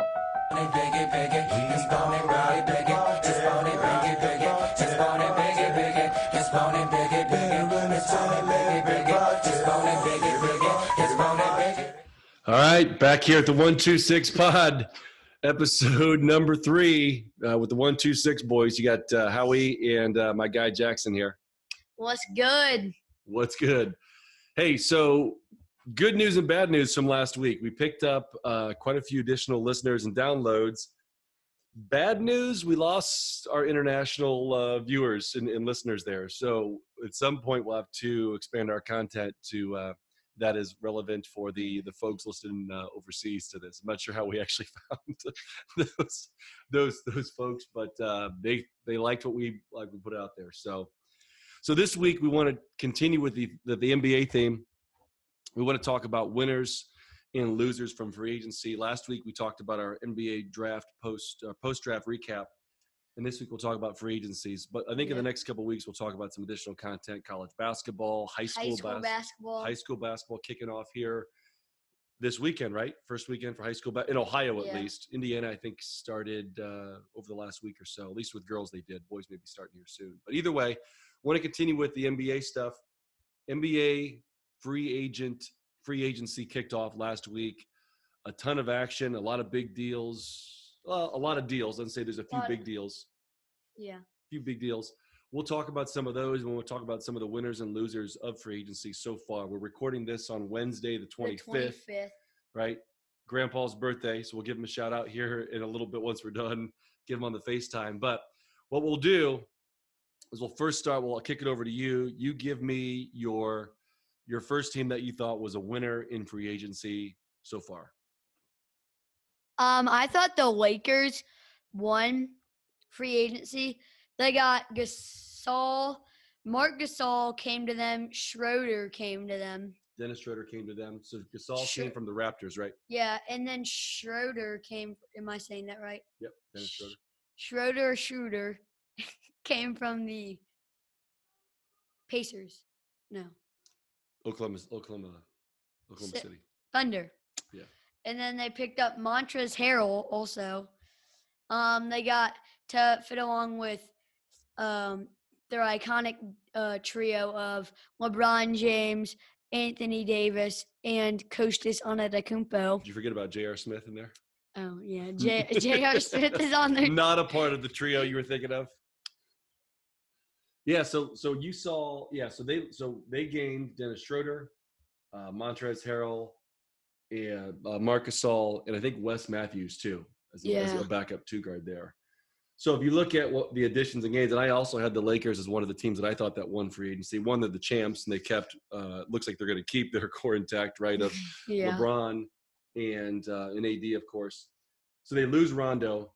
it, big it, big it. Just bone it, roll it, big it. Just bone it, big it, big it. Just bone it, big it, big it. Just bone it, big it, big it. Just bone it, big it, big it. Just bone it, big it, big it. Just bone it, big it. All right, back here at the 126 pod, episode number three uh, with the 126 boys. You got uh, Howie and uh, my guy Jackson here. What's good? What's good? Hey, so good news and bad news from last week. We picked up uh, quite a few additional listeners and downloads. Bad news, we lost our international uh, viewers and, and listeners there. So at some point, we'll have to expand our content to uh, that is relevant for the the folks listening uh, overseas to this. I'm not sure how we actually found those those those folks, but uh, they they liked what we like we put out there. So so this week we want to continue with the the, the NBA theme. We want to talk about winners and losers from free agency. Last week we talked about our NBA draft post uh, post draft recap, and this week we'll talk about free agencies. But I think in Yeah. the next couple weeks we'll talk about some additional content: college basketball, high school, High school bas- basketball. high school basketball kicking off here this weekend, right? First weekend for high school ba- in Ohio, at Yeah. least. Indiana, I think, started uh, over the last week or so. At least with girls, they did. Boys may be starting here soon. But either way, want to continue with the NBA stuff. NBA free agent free agency kicked off last week. A ton of action, a lot of big deals. Well, a lot of deals. I'd say there's a few Lot. big deals yeah. few big deals. We'll talk about some of those when we'll talk about some of the winners and losers of free agency so far. We're recording this on Wednesday, the 25th, The 25th. right? Grandpa's birthday. So we'll give him a shout out here in a little bit once we're done, give him on the FaceTime. But what we'll do is we'll first start, we'll kick it over to you. You give me your your first team that you thought was a winner in free agency so far. Um, I thought the Lakers won free agency. They got Gasol. Mark Gasol came to them. Schroeder came to them. Dennis Schroeder came to them. So Gasol came Sure. from the Raptors, right? Yeah, and then Schroeder came. Am I saying that right? Yep. Dennis Schroeder. Schroeder or Schroeder came from the Pacers. No, Oklahoma, Oklahoma, Oklahoma Si- City. Thunder. Yeah. And then they picked up Montrez Harrell also. Um, they got to fit along with um, their iconic uh, trio of LeBron James, Anthony Davis, and Kostas Anadakumpo. Did you forget about J.R. Smith in there? Oh yeah, J- J.R. Smith is on there. Not a part of the trio you were thinking of. Yeah, so so you saw yeah, so they so they gained Dennis Schroeder, uh, Montrez Harrell, and uh, Marcus All, and I think Wes Matthews too as a, as a Yeah. backup two guard there. So if you look at what the additions and gains, and I also had the Lakers as one of the teams that I thought that won free agency. One that the champs, and they kept. Uh, looks like they're going to keep their core intact, right? Of Yeah. LeBron and uh, an AD, of course. So they lose Rondo.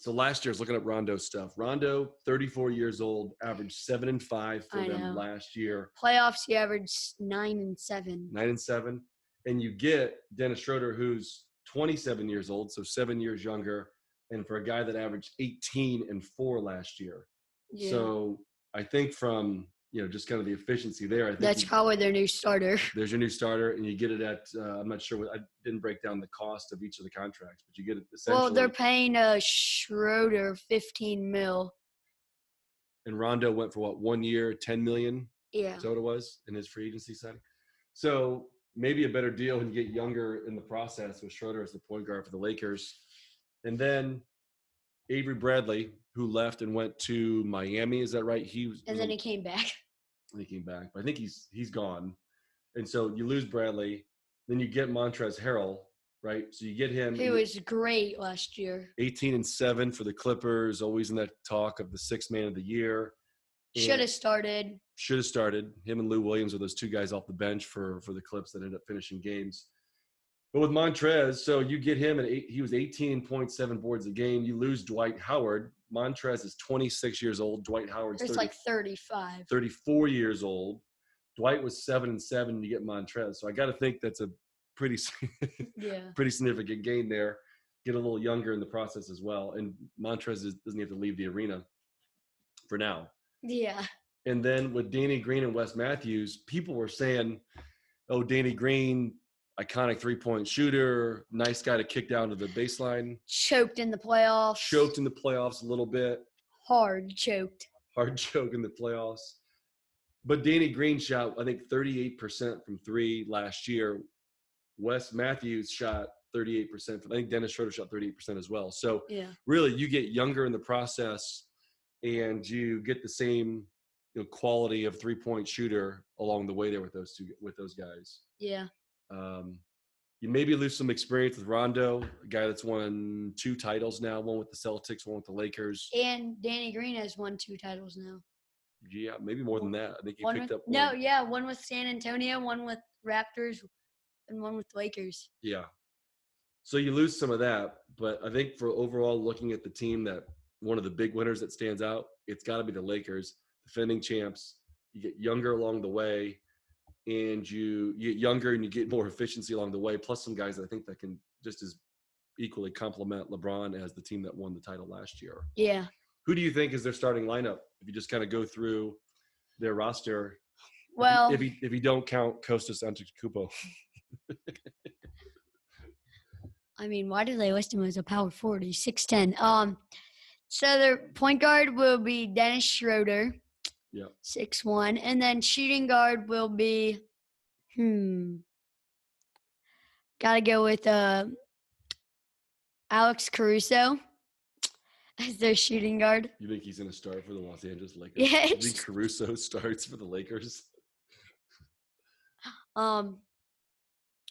So last year's looking up Rondo stuff. Rondo, 34 years old, averaged seven and five for I them know. last year, Playoffs, he averaged nine and seven. nine and seven. And you get Dennis Schroeder, who's 27 years old, so seven years younger, and for a guy that averaged 18 and four last year. Yeah. So I think from you know just kind of the efficiency there, I think That's you- probably their new starter. there's your new starter, and you get it at uh, I'm not sure what I didn't break down the cost of each of the contracts, but you get it essentially. Well, they're paying uh, Schroeder 15 mil. and Rondo went for what one year, ten million, Yeah. is that what it was in his free agency signing. So maybe a better deal and get younger in the process with Schroeder as the point guard for the Lakers, and then Avery Bradley, who left and went to Miami. Is that right? He was and was then a- he came back. when he came back. But I think he's he's gone. And so you lose Bradley, then you get Montrez Harrell, right? So you get him. He and you- was great last year. 18 and 7 for the Clippers, always in that talk of the sixth man of the year. Should have started. should have started. Him and Lou Williams are those two guys off the bench for for the Clips that ended up finishing games. But with Montrez, so you get him at eight, he was 18.7 boards a game. You lose Dwight Howard. Montrez is 26 years old. Dwight Howard's It's 30, like 35. 34 years old. Dwight was 7 and 7 and you get Montrez. So I got to think that's a pretty Yeah. pretty significant gain there. Get a little younger in the process as well. And Montrez is, doesn't have to leave the arena for now. Yeah. And then with Danny Green and Wes Matthews, people were saying, oh, Danny Green iconic three point shooter, nice guy to kick down to the baseline. Choked in the playoffs. Choked in the playoffs a little bit, Hard choked. hard choke in the playoffs. But Danny Green shot, I think, 38% from three last year. Wes Matthews shot 38%. From, I think Dennis Schroeder shot 38% as well. So Yeah. really you get younger in the process and you get the same you know, quality of three point shooter along the way there with those two with those guys. Yeah. Um, you maybe lose some experience with Rondo, a guy that's won two titles now, one with the Celtics, one with the Lakers. And Danny Green has won two titles now. Yeah, maybe more than that. I think he One picked with, up one. no, yeah, one with San Antonio, one with Raptors, and one with Lakers. Yeah. So you lose some of that, but I think for overall looking at the team that one of the big winners that stands out, it's got to be the Lakers, defending champs. You get younger along the way, and you, you get younger and you get more efficiency along the way. Plus some guys I think that can just as equally complement LeBron as the team that won the title last year. Yeah. Who do you think is their starting lineup? If you just kind of go through their roster, Well, if you, if you don't count Costas Antetokounmpo, I mean, why do they list him as a power forward? He's 6'10. Um, so their point guard will be Dennis Schroeder. Yeah. Six one. And then shooting guard will be hmm. Gotta go with uh Alex Caruso as their shooting guard. You think he's going to start for the Los Angeles Lakers? You Yes. think Caruso starts for the Lakers? Um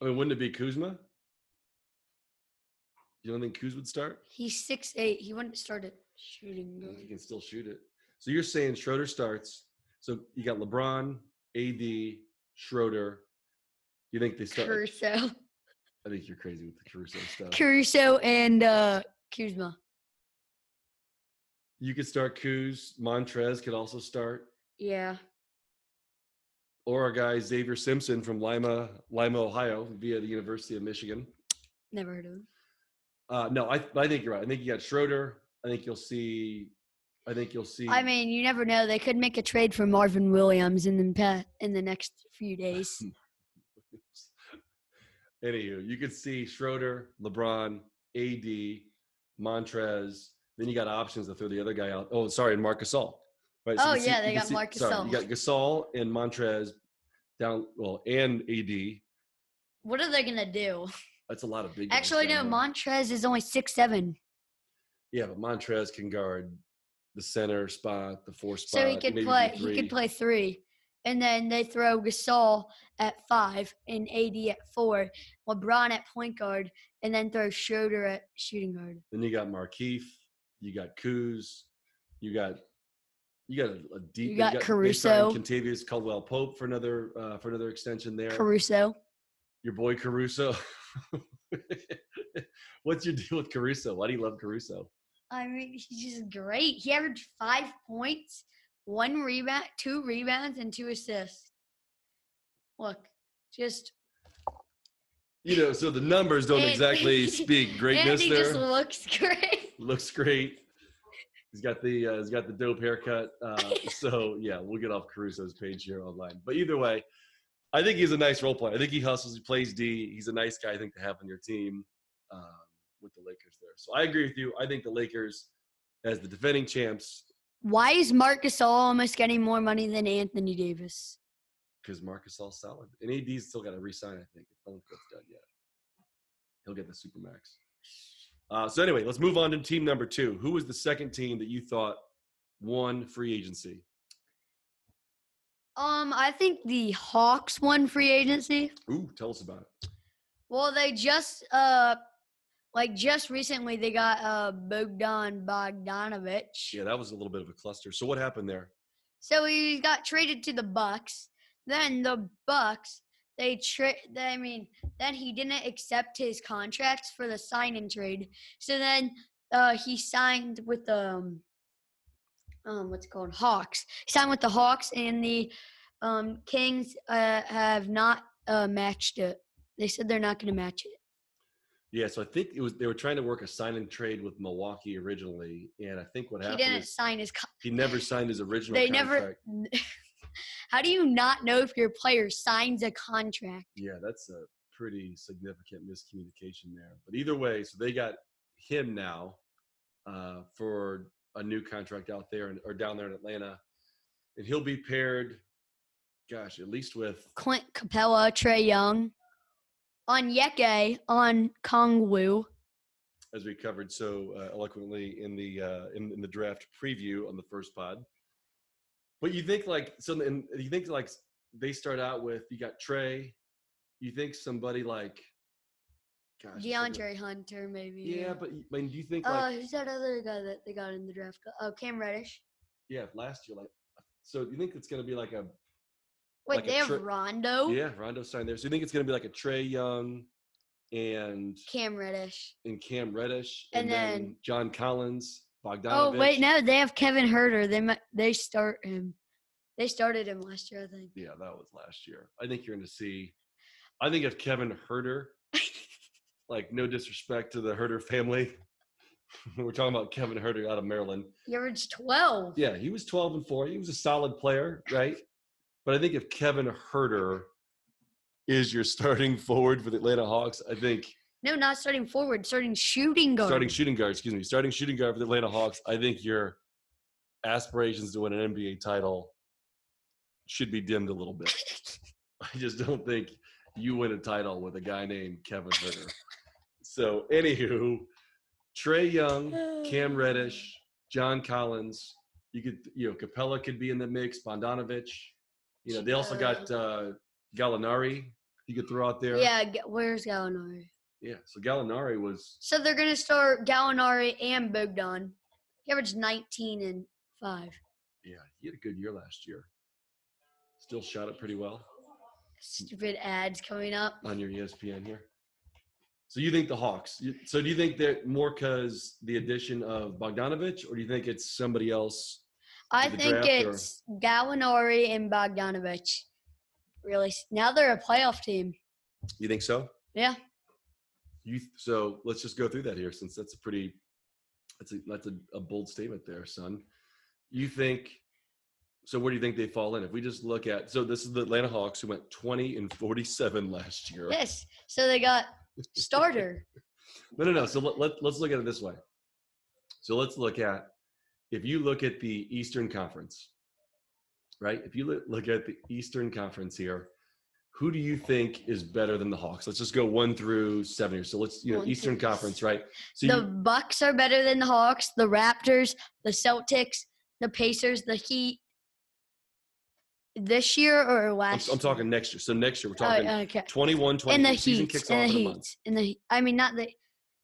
I mean, wouldn't it be Kuzma? You don't think Kuz would start? he's six eight. He wouldn't start at shooting I think He guard. can still shoot it. So you're saying Schroeder starts. So you got LeBron, AD, Schroeder. You think they start? Caruso. I think you're crazy with the Caruso stuff. Caruso and uh Kuzma. you could start Kuz. Montrez could also start. Yeah. Or our guy Xavier Simpson from Lima, Lima, Ohio, via the University of Michigan. Never heard of him. Uh, no, I I think you're right. I think you got Schroeder. I think you'll see. I think you'll see. I mean, you never know. They could make a trade for Marvin Williams in the pa- in the next few days. Anywho, you could see Schroeder, LeBron, AD, Montrez. Then you got options to throw the other guy out. Oh, sorry, and Marc Gasol. Right. Oh, you can yeah, you they can got Marc Sorry, you got Gasol and Montrez down. Well, and AD. What are they gonna do? That's a lot of big. guys Actually, no. down there. Montrez is only six seven, Yeah, but Montrez can guard the center spot, the four spot. so he could maybe do play. He three. could play three, and then they throw Gasol at five and AD at four, LeBron at point guard, and then throw Schroeder at shooting guard. Then you got Markeef, you got Kuz, you got you got a, a deep. You got Caruso. Contavious Caldwell Pope for another uh, for another extension there. Caruso. Your boy Caruso. What's your deal with Caruso? Why do you love Caruso? I mean, he's just great. He averaged five points, one rebound, two rebounds, and two assists. Look, just You know, so the numbers don't And- exactly speak greatness Andy there. just looks great. Looks great. He's got the uh, he's got the dope haircut. Uh, so yeah, we'll get off Caruso's page here online. But either way, I think he's a nice role player. I think he hustles. He plays D. He's a nice guy. I think to have on your team um, with the Lakers there. So I agree with you. I think the Lakers, as the defending champs, Why is Marc Gasol almost getting more money than Anthony Davis? because Marcus all solid and AD's still got to re-sign. I think I don't think that's done yet. He'll get the supermax. Uh, so anyway, let's move on to team number two. Who was the second team that you thought won free agency? Um, I think the Hawks won free agency. Ooh, tell us about it. Well, they just uh, like just recently they got uh Bogdan Bogdanovich. Yeah, that was a little bit of a cluster. So what happened there? So he got traded to the Bucks. Then the Bucks, they trade. I mean, then he didn't accept his contracts for the sign and trade. So then uh, he signed with the um, um, what's it called Hawks. He signed with the Hawks, and the um, Kings uh, have not uh, matched it. They said they're not going to match it. Yeah, so I think it was they were trying to work a sign and trade with Milwaukee originally, and I think what he happened didn't is sign his. Co- he never signed his original they contract. never. How do you not know if your player signs a contract? Yeah, that's a pretty significant miscommunication there. But either way, so they got him now uh, for a new contract out there and, or down there in Atlanta, and he'll be paired. Gosh, at least with Clint Capella, Trey Young, on Yeke, on Kong Wu. as we covered so uh, eloquently in the uh, in, in the draft preview on the first pod. But you think like so, and you think like they start out with you got Trey, you think somebody like gosh, I'm forgetting- DeAndre Hunter, maybe. Yeah, but you- I mean, do you think Oh, like who's that other guy that they got in the draft? Oh, Cam Reddish. yeah, last year like so you think it's gonna be like a Wait, Like a they have tri- Rondo? yeah Rondo sign there? So you think it's gonna be like a Trey Young and Cam Reddish. and Cam Reddish And and, then, then- John Collins, Bogdanovich. Oh, wait, no, they have Kevin Herter. They might, they start him. They started him last year, I think. Yeah, that was last year. I think you're going to see. I think if Kevin Herder, like no disrespect to the Herder family, we're talking about Kevin Herder out of Maryland. He averaged 12. Yeah, he was 12 and four. He was a solid player, right? But I think if Kevin Herder is your starting forward for the Atlanta Hawks, I think No, not starting forward, starting shooting guard. starting shooting guard, excuse me, starting shooting guard for the Atlanta Hawks, I think your aspirations to win an NBA title should be dimmed a little bit. I just don't think you win a title with a guy named Kevin Herter. so, anywho, Trey Young, Cam Reddish, John Collins, you could, you know, Capella could be in the mix, Bondanovich. You know, they also got uh, Gallinari. You could throw out there. Yeah, Ga- where's Gallinari? Yeah. So Gallinari was So they're going to start Gallinari and Bogdan. He averaged 19 and 5. Yeah, he had a good year last year. Still shot it pretty well Stupid ads coming up. on your E ESPN here. So you think the Hawks? you- So do you think that more because the addition of Bogdanovich, or do you think it's somebody else? I the think draft or- it's Gallinari and Bogdanovich. Really, s- now they're a playoff team. You think so? Yeah. You so let's just go through that here, since that's a pretty that's a that's a, a bold statement there, son. You think so? Where do you think they fall in? If we just look at so this is the Atlanta Hawks who went twenty and forty seven last year. Yes. So they got starter. No, no, no. So let, let, let's look at it this way. So let's look at if you look at the Eastern Conference, right? If you loo- look at the Eastern Conference here, who do you think is better than the Hawks? Let's just go one through seven here. So let's, you know, One through Eastern Conference, right? So the you, Bucks are better than the Hawks, the Raptors, the Celtics, the Pacers, the Heat. This year or I'm, last? I'm talking next year. So next year, we're year? Oh, talking okay. 21, 20. And the season Heat. kicks And off the in a month. Heat. And the Heat. I mean, not the.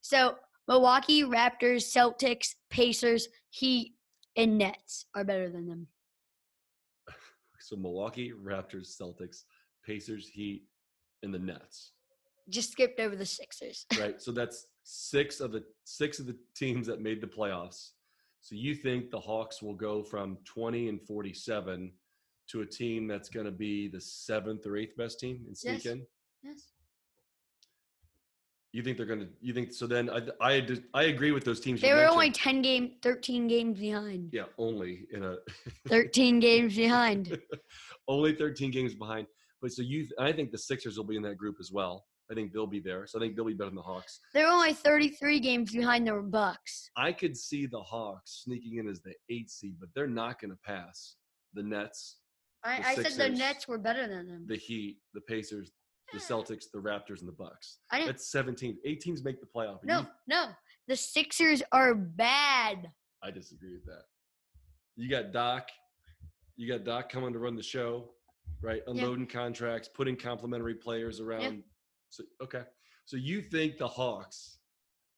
So Milwaukee Raptors, Celtics, Pacers, Heat, and Nets are better than them. So Milwaukee, Raptors, Celtics, Pacers, Heat, and the Nets. Just skipped over the Sixers. right? So that's six of the six of the teams that made the playoffs. So you think the Hawks will go from 20 and 47 to a team that's going to be the seventh or eighth best team and sneak Yes. in? Yes. You think they're going to? You think so? Then I I, just- I agree with those teams. you They were only mentioned. 10 game, 13 games behind. yeah, only in a 13 games behind. only 13 games behind. But so you, I think the Sixers will be in that group as well. I think they'll be there. So I think they'll be better than the Hawks. They're only 33 games behind the Bucks. I could see the Hawks sneaking in as the eight seed, but they're not going to pass the Nets, The I, I said the Sixers. Nets were better than them. the Heat, the Pacers, the Celtics, the Raptors, and the Bucks. I didn't. That's 17. Eight teams make the playoff. and No, you- no. The Sixers are bad. I disagree with that. You got Doc. You got Doc coming to run the show, right? Unloading contracts, putting complimentary players around. So okay. So you think the Hawks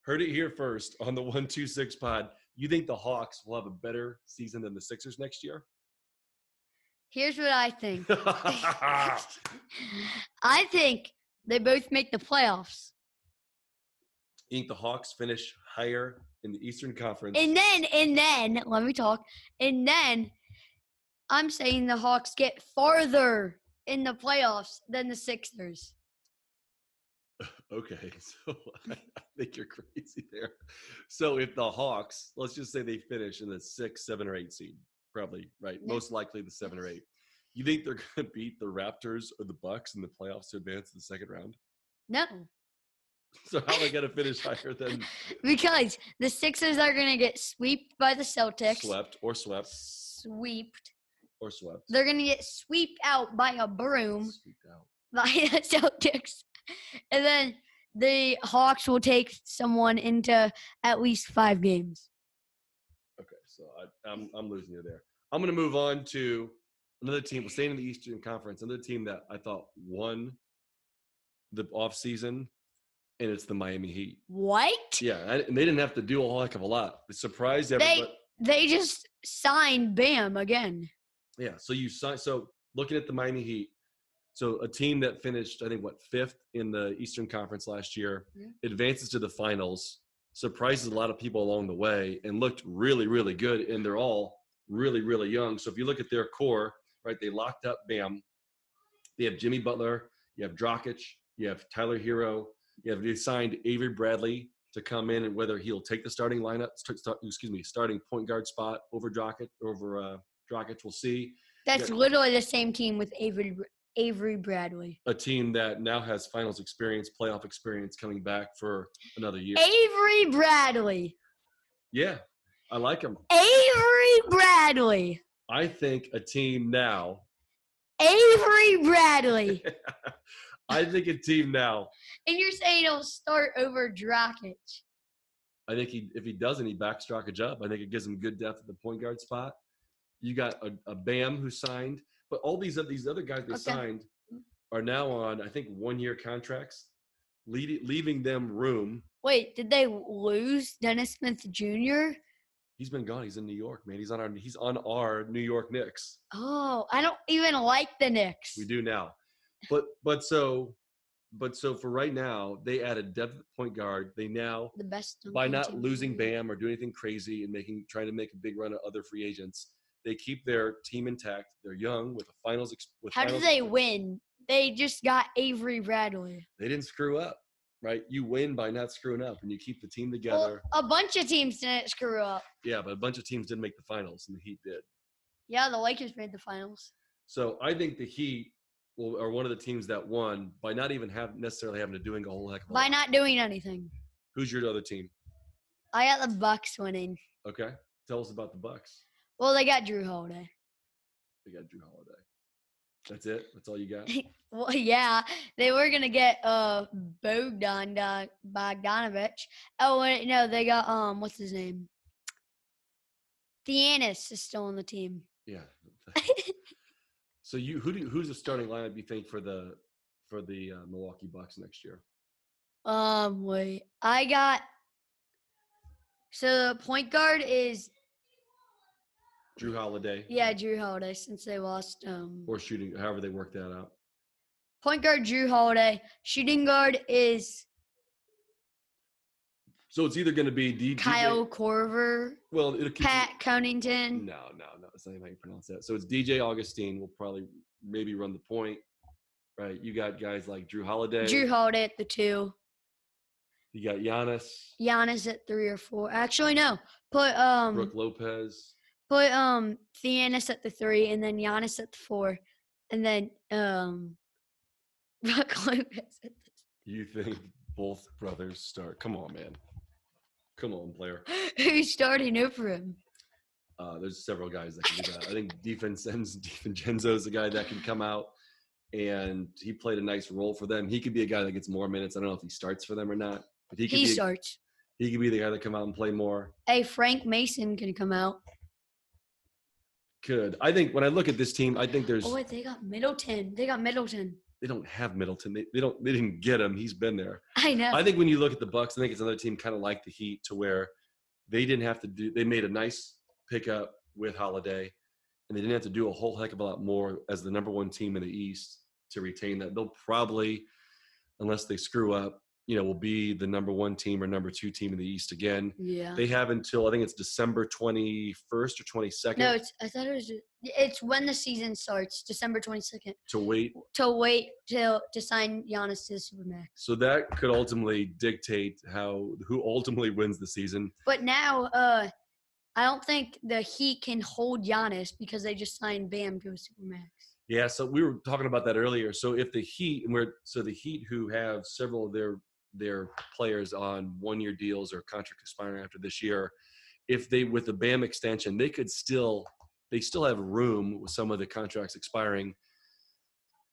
heard it here first on the 126 pod. You think the Hawks will have a better season than the Sixers next year? Here's what I think. in I think they both make the playoffs. the Hawks finish higher in the Eastern Conference. And then, and then, let me talk. And then, I'm saying the Hawks get farther in the playoffs than the Sixers. okay, so I I think you're crazy there. So if the Hawks, let's just say they finish in the six, seven, or eight seed, probably right, Yeah. most likely the seven or eight. You think they're going to beat the Raptors or the Bucks in the playoffs to advance to the second round? No, So how are they going to finish higher than because the Sixers are going to get swept by the Celtics. swept or swept Sweeped. or swept? They're going to get swept out by a broom Sweeped out. by the Celtics. And then the Hawks will take someone into at least five games. Okay, so I, I'm I'm losing you there. I'm going to move on to another team. We're staying in the Eastern Conference. Another team that I thought won the offseason, and it's the Miami Heat. What? Yeah, I, and they didn't have to do a whole heck of a lot. It surprised everybody. They they just signed Bam again. Yeah. So you sign. So looking at the Miami Heat, so a team that finished, I think, what fifth in the Eastern Conference last year, Yeah. advances to the finals, surprises a lot of people along the way, and looked really, really good. And they're all really, really young. So if you look at their core, right, they locked up Bam. They have Jimmy Butler. You have Drokic. You have Tyler Hero. You have they signed Avery Bradley to come in, and whether he'll take the starting lineup, st- st- excuse me, starting point guard spot over Drokic, over uh, Drokic, we'll see. That's Yeah. literally the same team with Avery Br- Avery Bradley. a team that now has finals experience, playoff experience coming back for another year. Avery Bradley. Yeah, I like them. Avery Bradley. I think a team now, Avery Bradley. I think a team now, and you're saying he'll start over Drakic. I think he, if he doesn't, he backs Dragic up. I think it gives him good depth at the point guard spot. You got a, a Bam who signed, but all these of these other guys they Okay. signed are now on, I think, one year contracts, lead, leaving them room. Wait, did they lose Dennis Smith Jr.? He's been gone. He's in New York, man. He's on our he's on our New York Knicks. Oh, I don't even like the Knicks. We do now. But but so but so for right now, they added depth at point guard. They now The best by dunking not team in the losing league. Bam or doing anything crazy and making trying to make a big run at other free agents, they keep their team intact. They're young with a finals. Ex- with How did finals they experience. win? They just got Avery Bradley. They didn't screw up, right? You win by not screwing up, and you keep the team Well, together. a bunch of teams didn't screw up. yeah, but a bunch of teams didn't make the finals, and the Heat did. Yeah, the Lakers made the finals. So I think the Heat will, are one of the teams that won by not even have necessarily having to doing a whole heck of a By lot. not doing anything. Who's your other team? I got the Bucks winning. Okay, tell us about the Bucks. Well, they got Drew Holiday. They got Drew Holiday. That's it. That's all you got. Well, yeah, they were gonna get uh Bogdan Da- Bogdanovich. Oh wait, no, they got um, what's his name? Theanis is still on the team. Yeah. so you who do you, who's the starting lineup you think for the for the uh, Milwaukee Bucks next year? Um, wait, I got. So the point guard is Drew Holiday. yeah Drew Holiday since they lost um Or shooting, however they work that out. point guard Drew Holiday shooting guard is So it's either going to be D. DJ Kyle Corver well, it'll keep, Pat Conington No, no, no. It's not even how you pronounce that. So it's DJ Augustine. will probably maybe run the point, right? You got guys like Drew Holiday. Drew Holiday at the two you got Giannis, Giannis at three or four actually no put um Brooke Lopez. Put um Giannis at the three, and then Giannis at the four, and then um Brook Lopez. At You think both brothers start? Come on, man. Come on, player. the, who's starting over him? Uh, there's several guys that can do that. I think DiVincenzo DiVincenzo is a guy that can come out and he played a nice role for them. He could be a guy that gets more minutes. I don't know if he starts for them or not, but he could He be starts. he could be the guy that come out and play more. Hey, Frank Mason can come out. Could I think when I look at this team, I think there's Oh wait, they got Middleton. They got Middleton. they don't have Middleton. They, they don't they didn't get him. He's been there. I know. I think when you look at the Bucks, I think it's another team kind of like the Heat to where they didn't have to do. They made a nice pickup with Holiday, and they didn't have to do a whole heck of a lot more as the number one team in the East to retain that. They'll probably, unless they screw up, you know, will be the number one team or number two team in the East again. yeah. They have until I think it's December twenty first or twenty second no, it's, I thought it was. It's when the season starts, December twenty second. to wait. To wait till to sign Giannis to the Supermax. So that could ultimately dictate how who ultimately wins the season. But now, uh, I don't think the Heat can hold Giannis because they just signed Bam to a supermax. Yeah, so we were talking about that earlier. So if the Heat and we're so the Heat who have several of their their players on one year deals or contract expiring after this year, if they with the BAM extension, they could still they still have room with some of the contracts expiring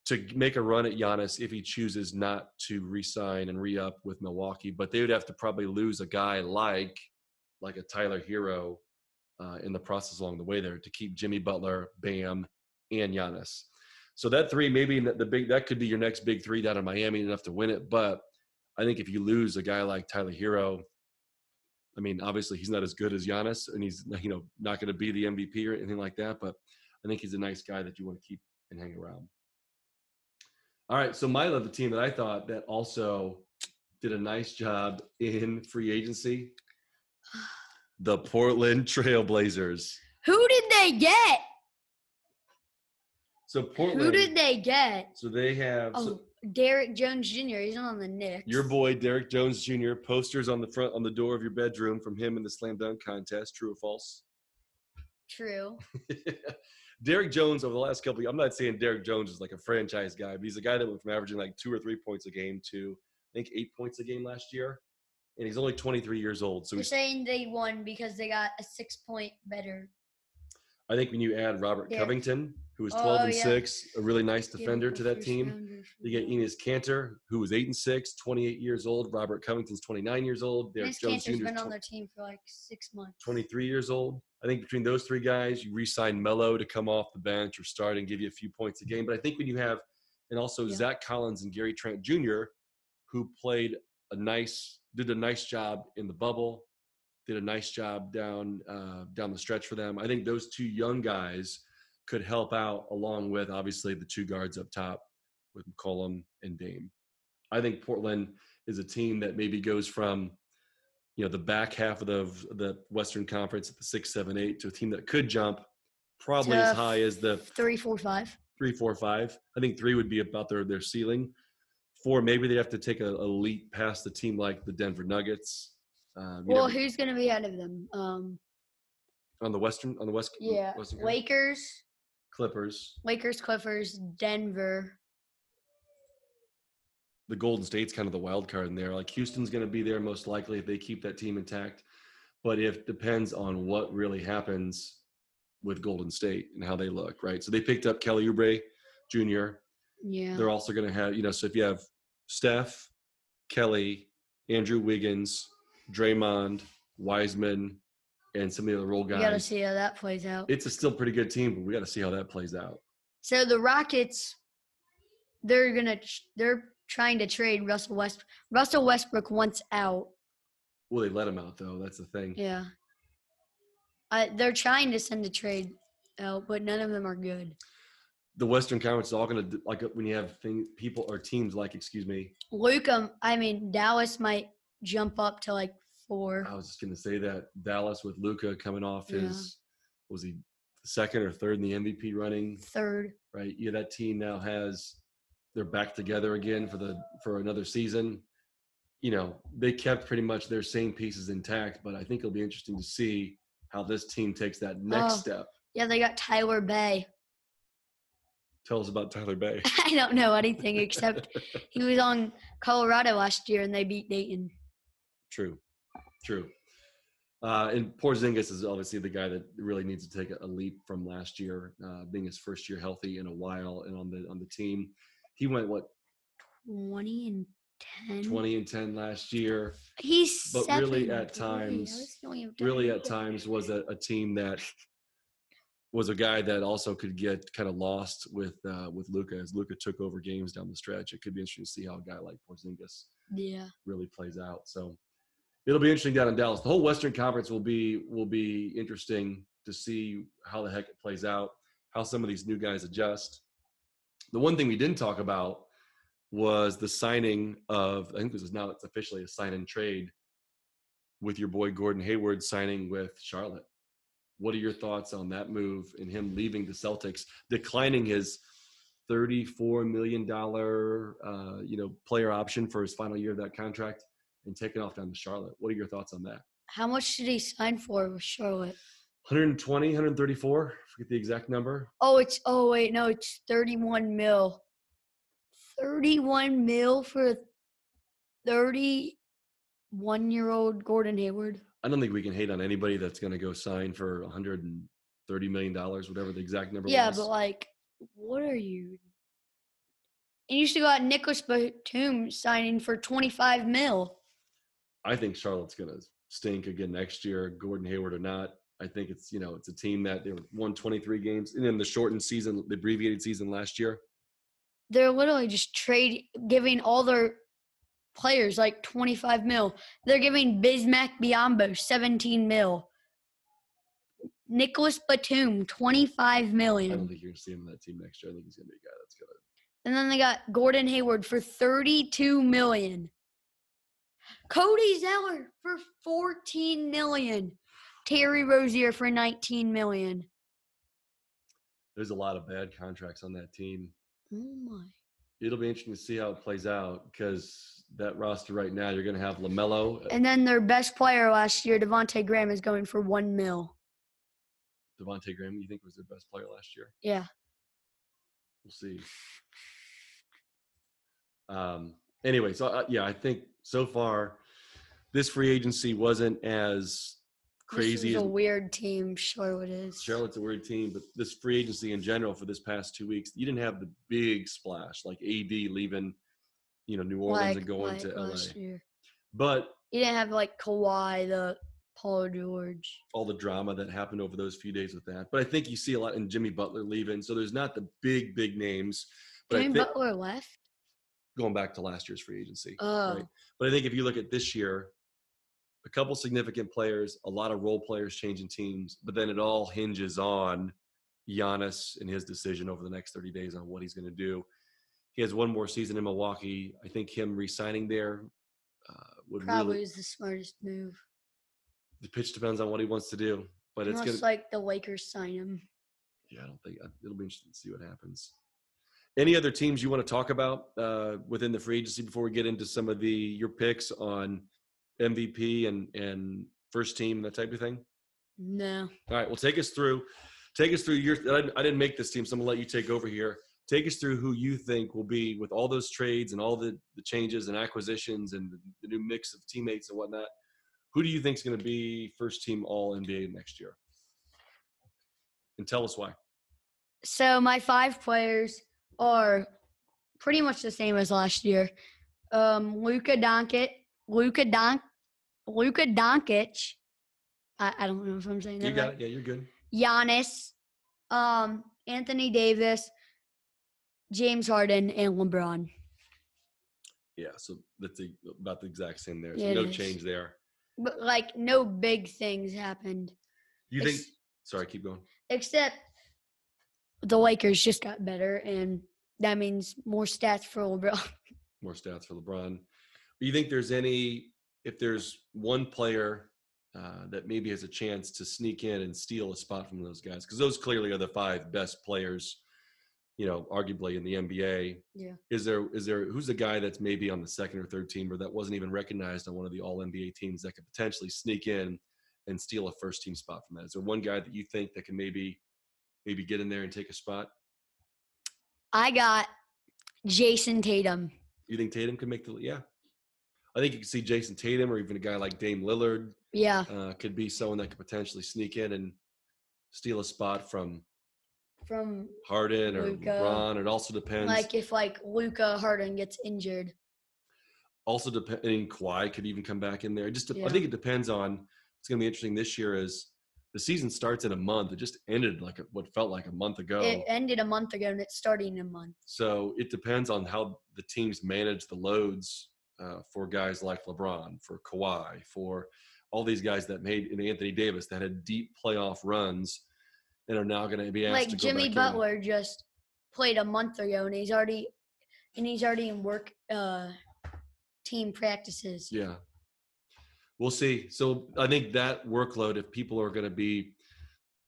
to make a run at Giannis if he chooses not to re-sign and re-up with Milwaukee. But they would have to probably lose a guy like like a Tyler Hero uh, in the process along the way there to keep Jimmy Butler, Bam, and Giannis. So that three, maybe the the big that could be your next big three down in Miami enough to win it. But I think if you lose a guy like Tyler Hero, I mean, obviously he's not as good as Giannis, and he's you know not going to be the MVP or anything like that. But I think he's a nice guy that you want to keep and hang around. All right, so my other team that I thought that also did a nice job in free agency, the Portland Trailblazers. Who did they get? So Who Portland. did they get? so they have so- Oh, Derek Jones Jr. He's not on the Knicks. Your boy Derek Jones Jr. posters on the front on the door of your bedroom from him in the slam dunk contest. True or false? True. Derek Jones over the last couple. I'm not saying Derek Jones is like a franchise guy, but he's a guy that went from averaging like two or three points a game to I think eight points a game last year, and he's only 23 years old. So You're he's, saying they won because they got a six point better. I think when you add Robert Derek. Covington, who was Oh, 12 and yeah. six, a really nice defender Beautiful to that first team. rounders. You get Enes Cantor, who was eight and six, 28 years old. Robert Covington's 29 years old. Derek Miss Jones Cantor's Jr. is been 20 on their team for like six months. 23 years old. I think between those three guys, you re-sign Mello to come off the bench or start and give you a few points a game. But I think when you have, and also Yeah. Zach Collins and Gary Trent Jr., who played a nice, did a nice job in the bubble, did a nice job down uh, down the stretch for them. I think those two young guys could help out along with obviously the two guards up top with McCollum and Dame. I think Portland is a team that maybe goes from you know the back half of the of the Western Conference at the six, seven, eight to a team that could jump probably as Tough. high as the Three, four, five. three, four, five. I think three would be about their their ceiling. Four, maybe they have to take a, a leap past the team like the Denver Nuggets. Um, you Well, never- who's gonna be ahead of them? Um, on the Western on the West, yeah, Western Conference? Lakers, Clippers, Lakers, Clippers, Denver. the Golden State's kind of the wild card in there. Like Houston's going to be there most likely if they keep that team intact, but it depends on what really happens with Golden State and how they look, right? So they picked up Kelly Oubre Jr. Yeah, They're also going to have, you know, so if you have Steph, Kelly, Andrew Wiggins, Draymond, Wiseman, and some of the other role we gotta guys, see how that plays out. it's a still pretty good team, but we got to see how that plays out. So the Rockets, they're gonna tr- they're trying to trade Russell West. Russell Westbrook wants out. Will they let him out though? That's the thing. Yeah, I, they're trying to send a trade out, but none of them are good. The Western Conference is all going to like when you have thing, people or teams like, excuse me, Luca, I mean Dallas might jump up to like four. I was just gonna say that Dallas with Luca coming off Yeah. his was he second or third in the MVP running, Third, right? Yeah, that team now has they're back together again for the for another season. You know, they kept pretty much their same pieces intact, but I think it'll be interesting to see how this team takes that next Oh. step. yeah, they got Tyler Bay. Tell us about Tyler Bay. I don't know anything except he was on Colorado last year and they beat Dayton. True, true. Uh, and Porzingis is obviously the guy that really needs to take a, a leap from last year, uh, being his first year healthy in a while and on the on the team. He went what Twenty and ten. twenty and ten last year. He's but really seven. at Wait, times- how does he only have Really, ten? at times was a, a team that was a guy that also could get kind of lost with uh, with Luca as Luca took over games down the stretch. It could be interesting to see how a guy like Porzingis Yeah. really plays out. So it'll be interesting down in Dallas. The whole Western Conference will be will be interesting to see how the heck it plays out, how some of these new guys adjust. The one thing we didn't talk about was the signing of I think this is now it's officially a sign and trade with your boy Gordon Hayward signing with Charlotte. What are your thoughts on that move and him leaving the Celtics, declining his $34 million uh, you know, player option for his final year of that contract and taking off down to Charlotte? What are your thoughts on that? How much did he sign for with Charlotte? 120, 134. I forget the exact number. Oh, it's oh wait, no, it's 31 mil. 31 mil for 31 year old Gordon Hayward. I don't think we can hate on anybody that's going to go sign for 130 million dollars, whatever the exact number Yeah, was. but like, what are you? And you still got Nicholas Batum signing for 25 mil. I think Charlotte's going to stink again next year, Gordon Hayward or not. I think it's you know it's a team that they won 23 games, and then the shortened season, the abbreviated season last year. They're literally just trade giving all their players like 25 mil. They're giving Bismack Biombo 17 mil. Nicholas Batum 25 I million. don't think you're going to see him on that team next year. I think he's going to be a guy that's going to. And then they got Gordon Hayward for 32 million. Cody Zeller for 14 million. Terry Rozier for 19 million. There's a lot of bad contracts on that team. Oh my. It'll be interesting to see how it plays out because that roster right now, you're going to have Lamelo, uh, And then their best player last year, Devonte Graham, is going for 1 mil. Devonte Graham. You think was their best player last year? Yeah. We'll see. Um, anyway, so uh, yeah, I think so far this free agency wasn't as This crazy is as a weird team, Charlotte is. Charlotte's a weird team, but this free agency in general for this past two weeks, you didn't have the big splash like AD leaving, you know, New Orleans like, and going like to LA. last year. But You didn't have like Kawhi, the Paul George. all the drama that happened over those few days with that. But I think you see a lot in Jimmy Butler leaving. So there's not the big, big names. But Jimmy I think Butler left. going back to last year's free agency. Oh, right? But I think if you look at this year, a couple significant players, a lot of role players changing teams, but then it all hinges on Giannis and his decision over the next 30 days on what he's going to do. He has one more season in Milwaukee. I think him re-signing there uh, would probably really. is the smartest move. The pitch depends on what he wants to do, but it's Unless going. to like the Lakers sign him. Yeah, I don't think I- it'll be interesting to see what happens. Any other teams you want to talk about uh, within the free agency before we get into some of the your picks on MVP and and first team that type of thing? No. All right, well, take us through, take us through your. I I didn't make this team, so I'm gonna let you take over here. Take us through who you think will be with all those trades and all the the changes and acquisitions and the, the new mix of teammates and whatnot. Who do you think is going to be first team All NBA next year? And tell us why. So my five players are pretty much the same as last year. Um, Luka Doncic, Luka Don, Luka Doncic. I, I don't know if I'm saying that You got right. it. Yeah, you're good. Giannis, um, Anthony Davis, James Harden, and LeBron. Yeah, so that's the, about the exact same there. So It no is. change there. But like no big things happened. You think? Ex- Sorry, keep going. except the Lakers just got better, and that means more stats for LeBron. More stats for LeBron. Do you think there's any? If there's one player uh, that maybe has a chance to sneak in and steal a spot from those guys, because those clearly are the five best players, you know, arguably in the NBA. Yeah. Is there? Is there? Who's the guy that's maybe on the second or third team, or that wasn't even recognized on one of the All NBA teams that could potentially sneak in and steal a first team spot from that? Is there one guy that you think that can maybe? Maybe get in there and take a spot. I got Jason Tatum. You think Tatum can make the? Yeah, I think you can see Jason Tatum or even a guy like Dame Lillard Yeah, uh, could be someone that could potentially sneak in and steal a spot from from Harden or Luka. LeBron. It also depends. like if like Luca Harden gets injured. also depending Kawhi could even come back in there. It Just de- I Yeah. think it depends on. It's going to be interesting this year is the season starts in a month. It just ended like a- what felt like a month ago. It ended a month ago, and it's starting in a month. So it depends on how the teams manage the loads uh, for guys like LeBron, for Kawhi, for all these guys that made and Anthony Davis that had deep playoff runs and are now going to be asked to like go Jimmy back in. Butler just played a month ago, and he's already and he's already in work uh team practices. Yeah. We'll see. So I think that workload, if people are going to be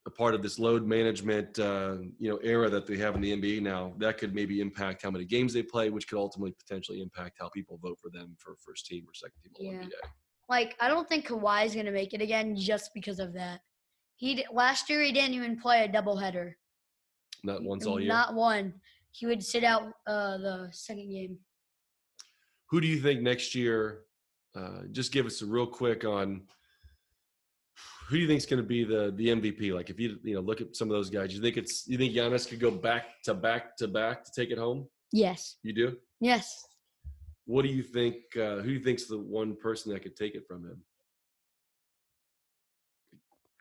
a part of this load management, uh, you know, era that they have in the NBA now, that could maybe impact how many games they play, which could ultimately potentially impact how people vote for them for first team or second team All Yeah. NBA. Like I don't think Kawhi's gonna make it again just because of that. He d- last year he didn't even play a doubleheader. Not once all year. Not one. He would sit out uh, the second game. Who do you think next year? Uh, just give us a real quick on who do you think is going to be the the MVP? Like if you you know look at some of those guys, you think it's you think Giannis could go back to back to back to take it home? Yes. You do. Yes. What do you think? Uh, who do you think's the one person that could take it from him?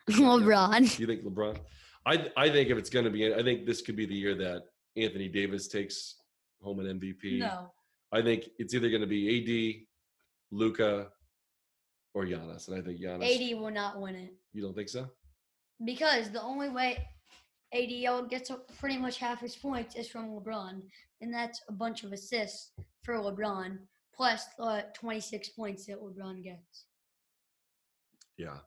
LeBron. You think LeBron? I I think if it's going to be, I think this could be the year that Anthony Davis takes home an MVP. No. I think it's either going to be AD, Luca, or Giannis, and I think Giannis. AD will not win it You don't think so? because the only way ADL gets a- pretty much half his points is from LeBron, and that's a bunch of assists for LeBron plus the 26 points that LeBron gets. Yeah.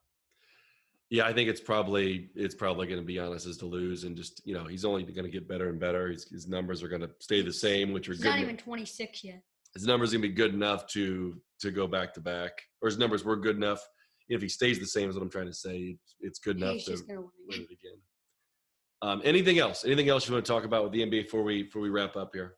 Yeah, I think it's probably it's probably going to be honest is to lose and just you know he's only going to get better and better. His, his numbers are going to stay the same, which are He's good. not en- even 26 yet. his numbers going to be good enough to to go back to back, or his numbers were good enough. If he stays the same, is what I'm trying to say. It's, it's good enough He's to just gonna win. win it again. Um, anything else? Anything else you want to talk about with the NBA before we before we wrap up here?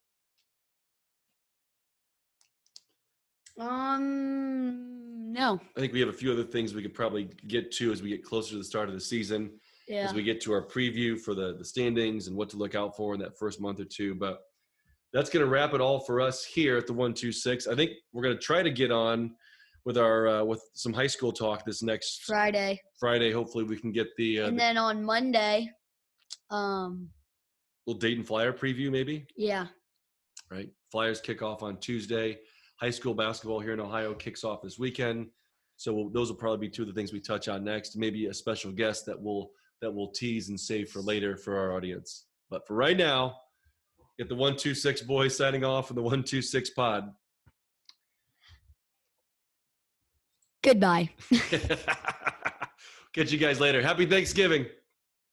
Um, no. I think we have a few other things we could probably get to as we get closer to the start of the season. Yeah. as we get to our preview for the the standings and what to look out for in that first month or two. But that's going to wrap it all for us here at the one two six. I think we're going to try to get on with our uh, with some high school talk this next Friday, Friday. Hopefully, we can get the, uh, and the then on Monday, um, little Dayton Flyer preview, maybe yeah, right? Flyers kick off on Tuesday. High school basketball here in Ohio kicks off this weekend. So we'll, those will probably be two of the things we touch on next. Maybe a special guest that we'll that we'll tease and save for later for our audience. But for right now, get the one two six boys signing off from the one two six pod. goodbye. Catch you guys later. Happy Thanksgiving.